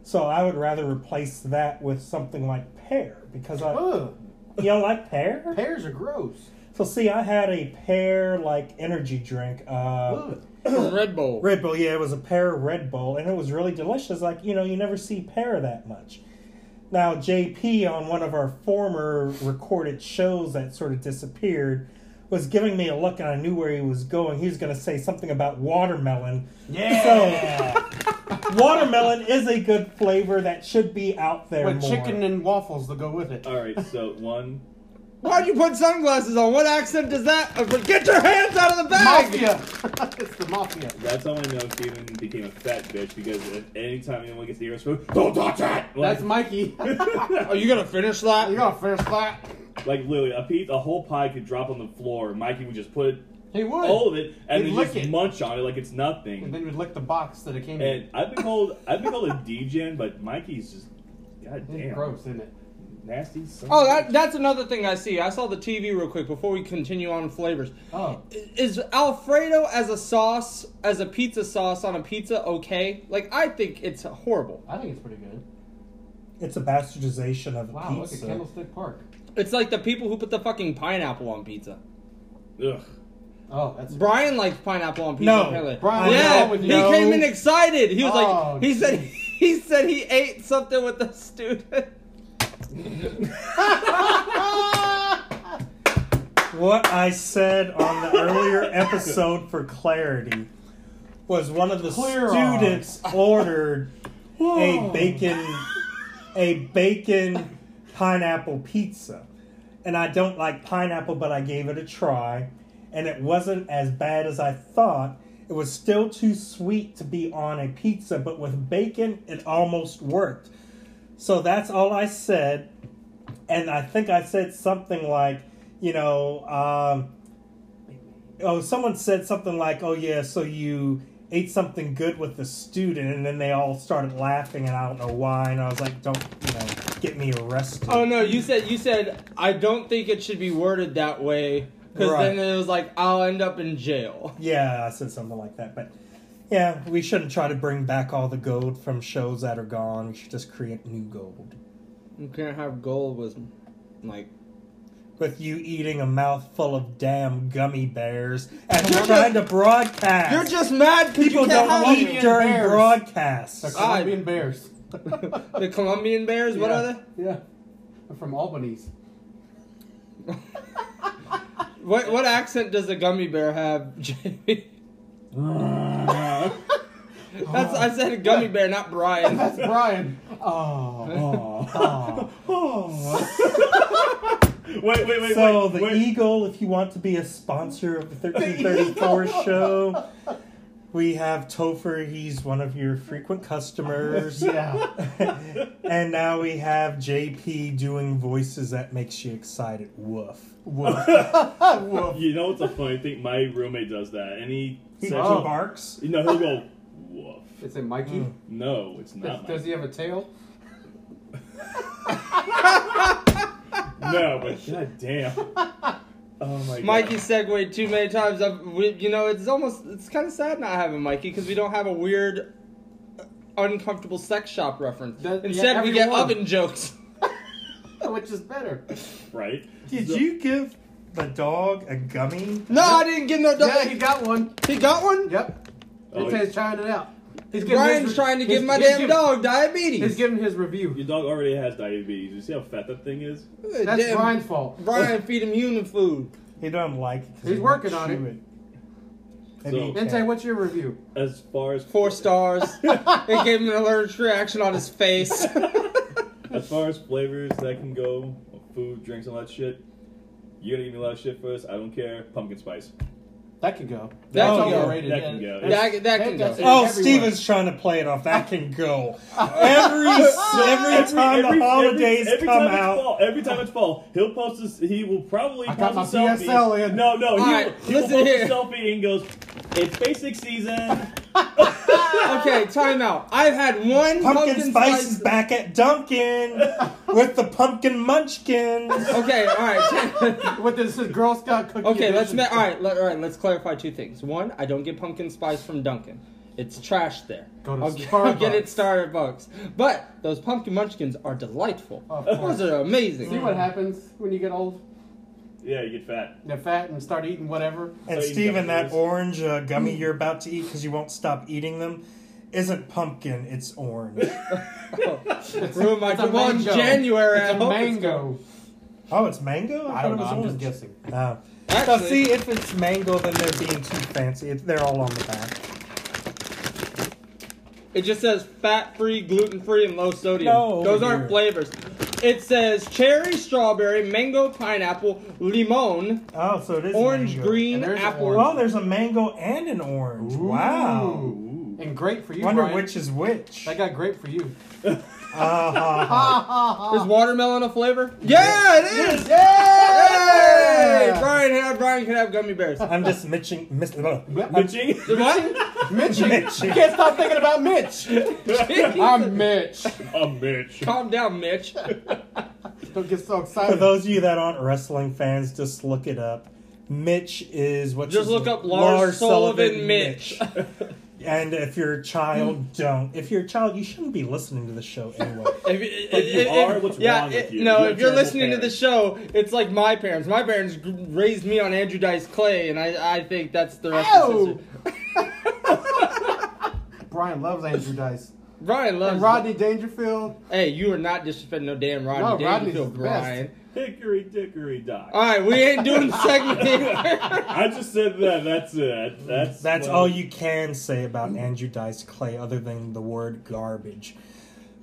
So I would rather replace that with something like pear because I Ugh, you don't like pear. pears are gross. So see, I had a pear like energy drink. Uh, Ugh. Red Bull. Red Bull, yeah, it was a pear Red Bull, and it was really delicious. Like you know, you never see pear that much. Now JP on one of our former recorded shows that sort of disappeared was giving me a look, and I knew where he was going. He was going to say something about watermelon. Yeah. watermelon is a good flavor that should be out there With more. chicken and waffles to go with it. All right, so one. Why'd you put sunglasses on? What accent does that? uh, but Get your hands out of the bag. Mafia. it's the mafia. That's how I know Steven became a fat bitch because if anytime anyone gets near us, don't touch that. Like, That's Mikey. Are you gonna finish that? you got a fair slap. like literally, a piece, a whole pie could drop on the floor. and Mikey would just put it, He would. all of it, and He'd then lick just it. munch on it like it's And nothing. then he would lick the box that it came And in. I've been called, I've been called a D-gen, but Mikey's just, goddamn, It's gross, isn't it? nasty. son of Oh, a that, bitch. that's another thing I see. I saw the TV real quick before we continue on with flavors. Oh. Is Alfredo as a sauce, as a pizza sauce on a pizza, okay? Like, I think it's horrible. I think it's pretty good. It's a bastardization of Wow, look at pizza. Candlestick Park. It's like the people who put the fucking pineapple on pizza. Ugh. Oh, that's Brian likes pineapple on pizza. No, apparently. Brian, yeah, no, with he no. came in excited. He was Oh, like, he said, he said he ate something with the student. What I said on the earlier episode for clarity was one of the Clear students ordered a bacon a bacon pineapple pizza. And I don't like pineapple, but I gave it a try, and it wasn't as bad as I thought. It was still too sweet to be on a pizza, but with bacon, it almost worked. So that's all I said. And I think I said something like, you know, um, oh, someone said something like, oh, yeah, so you ate something good with the student. And then they all started laughing, and I don't know why. And I was like, don't, you know, get me arrested. Oh no, you said you said I don't think it should be worded that way because Right. then it was like I'll end up in jail. Yeah, I said something like that. But yeah, we shouldn't try to bring back all the gold from shows that are gone. We should just create new gold. You can't have gold with like With you eating a mouthful of damn gummy bears and trying to broadcast. you're just mad because People you can't don't have eat Colombian during bears. broadcasts. the Colombian Bears. the Colombian bears. What are they? Yeah. They're from Albany's. What what accent does a gummy bear have, Jamie? That's I said gummy bear, not Brian. That's Brian. Oh. Wait, wait, wait, so wait. the wait. Eagle, if you want to be a sponsor of the 1334 show, we have Topher. He's one of your frequent customers. Yeah. and now we have JP doing voices that makes you excited. Woof. Oh. you know what's a funny thing? My roommate does that, and he He says, Oh. barks. "No, he'll go woof." Is it Mikey? No, it's Does, not. does he Mike. have a tail? No, but god damn. Oh my god. Mikey segued too many times. I've, we, you know, it's almost it's kind of sad not having Mikey because we don't have a weird, uh, uncomfortable sex shop reference. That- yeah, Instead, we get everyone. oven jokes. Oh, Which is better. right? Did So- you give the dog a gummy? No, I didn't get no dog. Yeah, he got one. he got one. Yep. Oh, It's he's trying it out. He's giving Brian's his- trying to he's- give my he's damn giving- dog He's diabetes. giving his review. Your dog already has diabetes. You see how fat that thing is? That's Damn, Brian's fault. Brian feed him human food. He don't like it. 'cause He's he working won't on chew it. Maybe So- he Dente, can't. what's your review? As far as Four stars. it gave him an allergic reaction on his face. as far as flavors that can go, food, drinks, and all that shit. You're gonna give me a lot of shit for this. I don't care. Pumpkin spice. That could go. That That's can go. overrated. That can go. that, that can That's go. it. Oh, everywhere. Steven's trying to play it off. That can go. Every every time every- the holidays every, every come time out, It's fall, every time it's fall, he'll post his. He will probably I got post my a selfie. PSL in. No, no, he, Alright, he will listen post a here. selfie and goes, "It's basic season." Okay, time out. I've had one pumpkin, pumpkin, spice is back at Dunkin' with the pumpkin munchkins. Okay, all right. With this is Girl Scout cookie. okay, let's edition. ma- all right. Let, all right, let's clarify two things. One, I don't get pumpkin spice from Dunkin'. It's trash there. Go to I'll, get- I'll get it Starbucks. Starbucks. But those pumpkin munchkins are delightful. Of course. Those are amazing. See what happens when you get old, Yeah, you get fat. get fat, and start eating whatever. And So you Steven, got that those. orange uh, gummy you're about to eat because you won't stop eating them isn't pumpkin, it's orange. Ruin my It's a well, in mango. January. It's I a hope mango. oh, it's mango? thought I don't it know. was I'm just orange. guessing. Oh. Actually- so see, if it's mango, then they're being too fancy. It, they're all on the back. It just says fat free, gluten free, and low sodium. No, Those over aren't here. flavors. It says cherry, strawberry, mango, pineapple, limon, Oh, so it is orange, mango. green, And there's an apple. orange. Oh, there's a mango and an orange. Wow. Ooh. And grape for you, Wonder Brian. which is which. Ah, That got grape for you. Is watermelon a flavor? Yeah, it is. Hey, Brian, had- Brian can have gummy bears. I'm just mitching. Mis- uh, Bitching. what? Mitch, Mitch. you can't stop thinking about Mitch. I'm Mitch. A bitch. Calm down, Mitch. Don't get so for excited. those of you that aren't wrestling fans, just look it up. Mitch is what? Just is- look up Lars Sullivan Mitch. And if you're a child, don't. If you're a child, you shouldn't be listening to the show anyway. If, if, If you if- are, if- what's yeah, wrong with if- you? No, You're if you're terrible listening to the parents. show, it's like my parents. My parents g- raised me on Andrew Dice Clay, and I, I think that's the rest of the Ow! sister. Brian loves Andrew Dice. Brian loves And Rodney Dangerfield. Hey, you are not disrespecting no damn Rodney. No, Rodney's Dangerfield, the best. Brian. Hickory dickory dock. All right, we ain't doing the segment anymore. I just said that. That's it. That's That's well, all you can say about Andrew Dice Clay, other than the word garbage.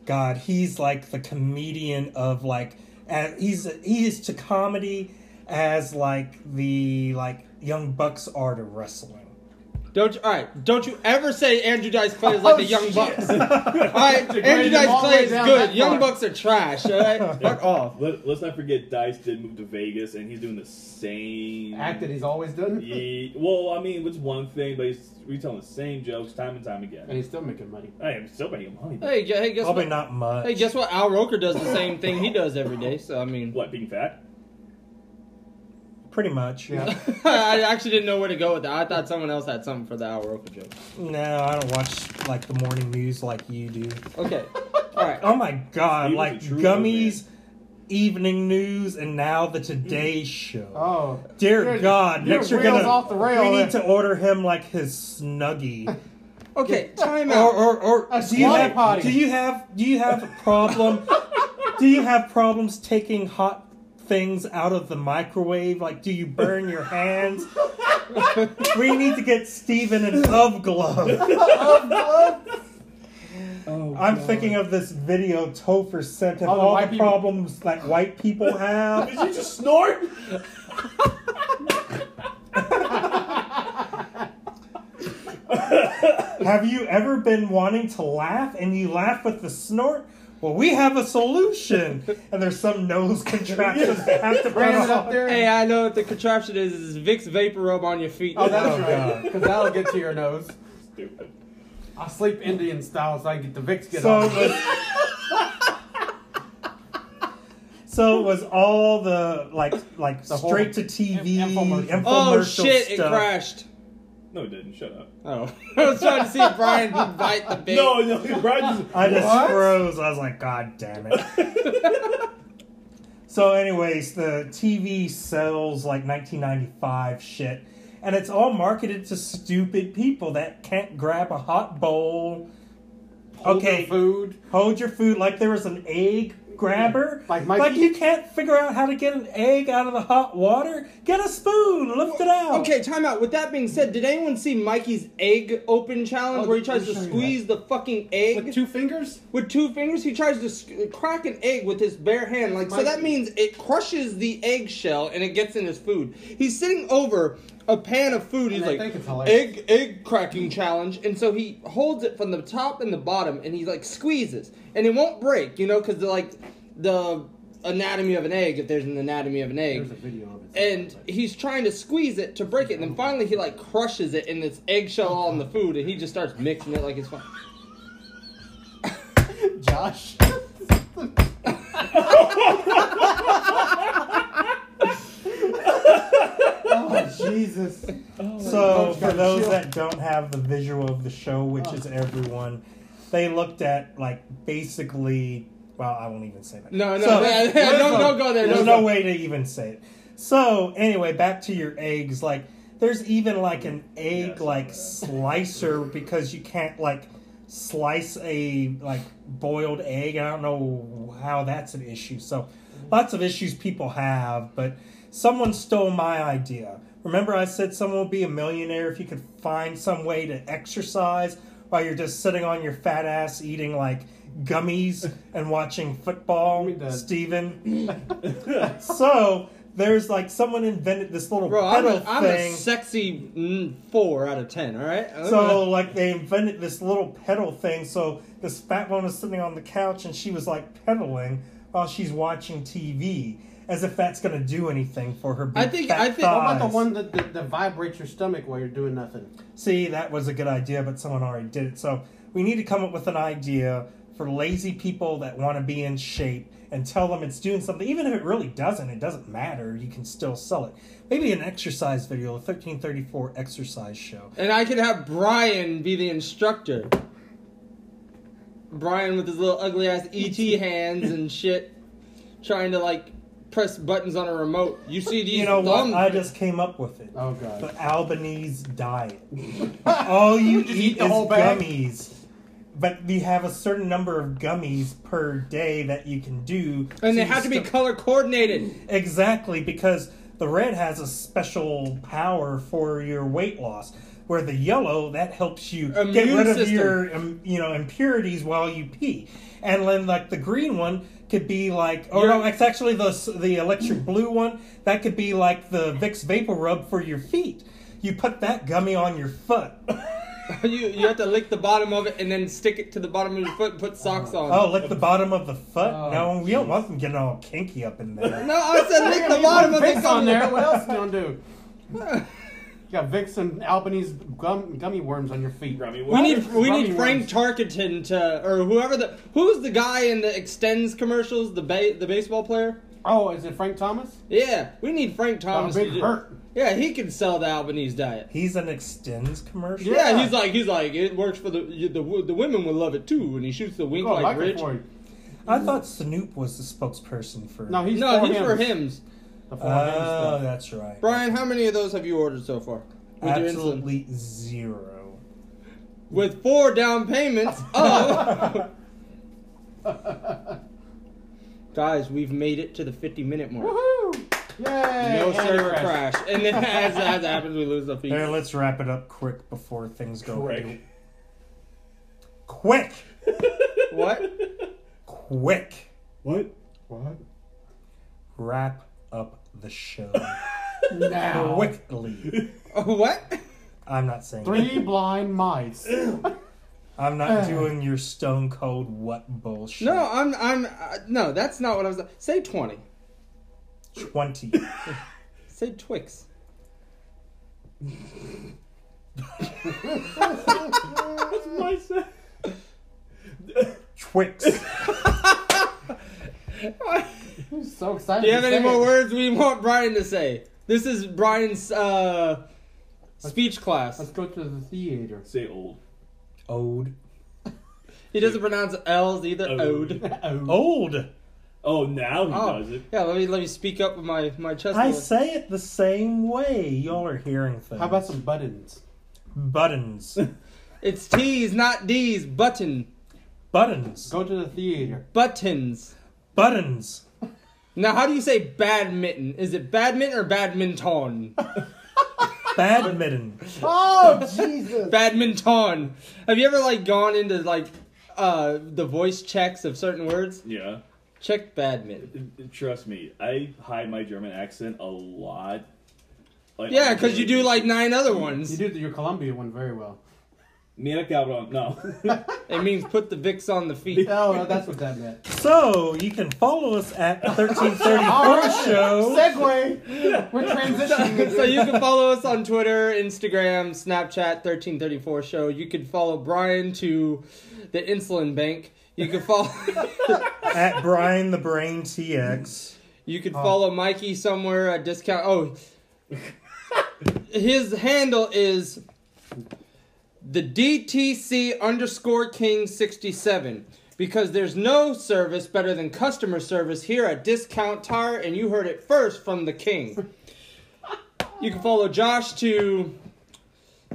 God, he's like the comedian of like, uh, he's he is to comedy as like the like Young Bucks art of wrestling. Don't you, all right. Don't you ever say Andrew Dice Clay is like Oh, the Young Bucks. All right, Andrew Degraded them Dice all the Clay way is down good. that Young far. Bucks are trash. All right, fuck off. Let, let's not forget Dice did move to Vegas, and he's doing the same Act that he's always done. Ye- well, I mean, it's one thing, but he's retelling the same jokes time and time again. And he's still making money. I am still making money. but- Hey, gu- hey, guess Probably what? not much. Hey, guess what? Al Roker does the same thing he does every day. So I mean, What being fat? Pretty much. Yeah. I actually didn't know where to go with that. I thought someone else had something for the Al Roker joke. No, I don't watch like the morning news like you do. Okay, all right. Oh my god, He was a like true gummies, evening news, and now the Today Show. Oh. Dear Your- God, your next you're wheels gonna off the rail we there. need to order him like his snuggie. Okay, time or out. or, or A do you slump have potty. do you have do you have a problem? do you have problems taking hot things out of the microwave? Like, do you burn your hands? we need to get Steven an oven glove. Oh, I'm thinking of this video Topher sent of all, All the the, white people- problems that white people have. Did you just snort? Have you ever been wanting to laugh and you laugh with the snort? Well, we have a solution. And there's some nose contraption that have to Ram burn it up off. there. Hey, I know what the contraption is is Vicks Vapor Rub on your feet. Oh, that's Oh, right. Because that'll get to your nose. Stupid. I sleep Indian style so I can get the Vicks get So it off. was, so it was all the like like The whole straight to TV in- infomercial. infomercial oh shit! It stuff. crashed. No, it didn't. Shut up. Oh, I was trying to see if Brian would bite the bait. No, no, Brian just. I just What? froze. I was like, God damn it. so, anyways, the TV sells like 1995 shit, and it's all marketed to stupid people that can't grab a hot bowl. Hold okay, the Food. hold your food like there was an egg grabber. Like my- like you can't figure out how to get an egg out of the hot water. Get a spoon, lift it out. Okay, time out. With that being said, did anyone see Mikey's egg open challenge Oh, where he let tries to me show you squeeze the fucking egg With two fingers? with two fingers? He tries to sc- crack an egg with his bare hand. Like so, Mikey. that means it crushes the eggshell and it gets in his food. He's sitting over a pan of food. He's And I like think it's hilarious. egg egg cracking challenge, and so he holds it from the top and the bottom, and he like squeezes, and it won't break, you know, because like the anatomy of an egg, if there's an anatomy of an egg, There's a video of it. and he's trying to squeeze it to break it, and then finally he like crushes it in this eggshell all in the food, and he just starts mixing it like it's fun. Josh. oh, Jesus. Oh, So, Folks for gotta those chill. that don't have the visual of the show, which Oh. is everyone, they looked at like basically. Well, I won't even say that. No, no, So, no, no, don't, don't go there. There's Don't no go. way to even say it. So, anyway, back to your eggs. Like, there's even like an egg something like like that. slicer because you can't like slice a like boiled egg. I don't know how that's an issue. So, lots of issues people have, but someone stole my idea. Remember, I said someone would be a millionaire if you could find some way to exercise while you're just sitting on your fat ass eating like gummies and watching football. Give me the- Steven. so there's like someone invented this little Bro, I'm pedal a, I'm a thing. sexy mm, four out of ten. All right. so like they invented this little pedal thing. So this fat woman is sitting on the couch and she was like pedaling while she's watching TV, as if that's gonna do anything for her. I big think- fat I think- what How about the thighs. one that, that, that vibrates your stomach while you're doing nothing? See, that was a good idea, but someone already did it. So we need to come up with an idea for lazy people that want to be in shape and tell them it's doing something. Even if it really doesn't, it doesn't matter. You can still sell it. Maybe an exercise video, a 1334 exercise show. And I could have Brian be the instructor. Brian with his little ugly ass ET hands and shit, trying to like press buttons on a remote. You see these You know thumbs? what? I just came up with it. Oh god. The Albanese diet. All you eat, Just eat the is whole bag? gummies. But you have a certain number of gummies per day that you can do. and so they you have to be still- color coordinated. Exactly, because the red has a special power for your weight loss, where the yellow that helps you get Immune rid of system. your um, you know impurities while you pee, and then like the green one could be like oh no, Your- it's actually the s- the electric blue one that could be like the Vicks vapor rub for your feet. You put that gummy on your foot. you you have to lick the bottom of it and then stick it to the bottom of your foot and put socks on. Oh, lick the bottom of the foot. Oh, no, we don't want them getting all kinky up in there. No, I said lick the You bottom of put Vicks the on there. What else you gonna do? You got Vicks and Albanese gum, gummy worms on your feet. Grammy We Award. need we Robbie need Frank Williams. Tarkenton to or whoever the who's the guy in the extends commercials the ba- the baseball player. Oh, is it Frank Thomas? Yeah, we need Frank Thomas. big to do- hurt. Yeah, he can sell the Albanese diet. He's an extends commercial. Yeah. Yeah. he's like he's like it works for the you- the wo- the women will love it too, and he shoots the wink Oh, like like it Rich. for him. I thought Snoop was the spokesperson for. No, he's No, for he's him. for hymns. The four hymns Oh, stuff. that's right. Brian, how many of those have you ordered so far? With your insulin? Absolutely zero. with four down payments Oh. of. Guys, we've made it to the 50 minute mark. Woohoo! Yay! No and server rest. crash. And then as that happens, we lose the feed. There, let's wrap it up quick before things go. Correct. Quick, What? quick, What? What? wrap up the show Now. quickly. What? I'm not saying. Three blind mice. I'm not doing your stone cold what bullshit. No, I'm. I'm. Uh, no, that's not what I was. Say 20. twenty. Say Twix. Twix. I'm so excited. Do you have to any say more it. words we want Brian to say? This is Brian's uh, speech class. Let's go to the theater. Say old. Old. He doesn't pronounce L's either. Ode. Ode. Oh. Old. Oh, now he Oh, does it. yeah. Let me let me speak up with my my chest. a I little. say it the same way. Y'all are hearing things. How about some buttons? buttons? It's T's, not D's. Button. buttons. Go to the theater. Buttons. Buttons. Now, how do you say badminton? Is it badminton or badminton? Badminton. Oh Jesus! badminton. Have you ever like gone into like uh the voice checks of certain words? Yeah. Check badminton. Trust me, I hide my German accent a lot. Like, Yeah, because you do like nine other ones. You did your Columbia one very well. Mira cabrón. No. It means put the Vicks on the feet. Oh, that's what that meant. So you can follow us at 1334 Show. Segway. We're transitioning. so you can follow us on Twitter, Instagram, Snapchat, 1334 Show. You can follow Brian to the Insulin Bank. You can follow at Brian the Brain TX. you can follow Mikey somewhere at discount. Oh, his handle is the DTC underscore King 67 because there's no service better than customer service here at Discount Tire, and you heard it first from the King. You can follow Josh to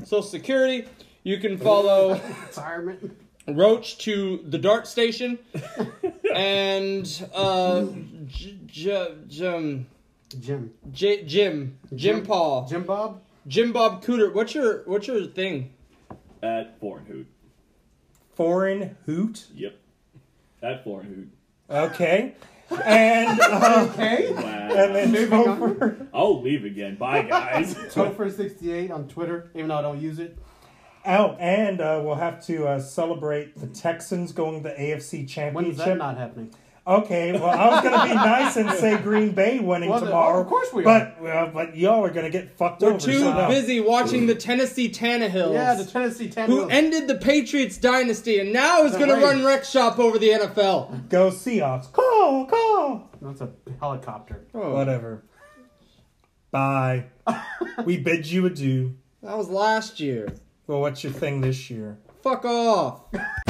Social Security. You can follow Retirement. Roach to the Dart Station. and uh, J- J- um, Jim, Jim. J- Jim, Jim Paul, Jim Bob. Jim Bob Cooter. What's your what's your thing? At Foreign Hoot. Foreign Hoot. Yep. At Foreign Hoot. Okay. And, uh, Okay. and Wow. then Moving on. over I'll leave again. Bye, guys. Topher68 on Twitter, even though I don't use it. out. And uh, we'll have to uh, celebrate the Texans going to the AFC When is Championship. that not happening? Okay, well, I was going to be nice and say Green Bay winning Well, then, tomorrow. of course we but, Well, but y'all are going to get fucked We're over. too so no. busy watching the Tennessee Tannehills, Yeah, the Tennessee who Tannehills. ended the Patriots dynasty and now is going to Right. run wreck shop over the NFL. Go Seahawks. Call, call. That's a helicopter. Oh. Whatever. Bye. we bid you adieu. That was last year. Well, what's your thing this year? Fuck off.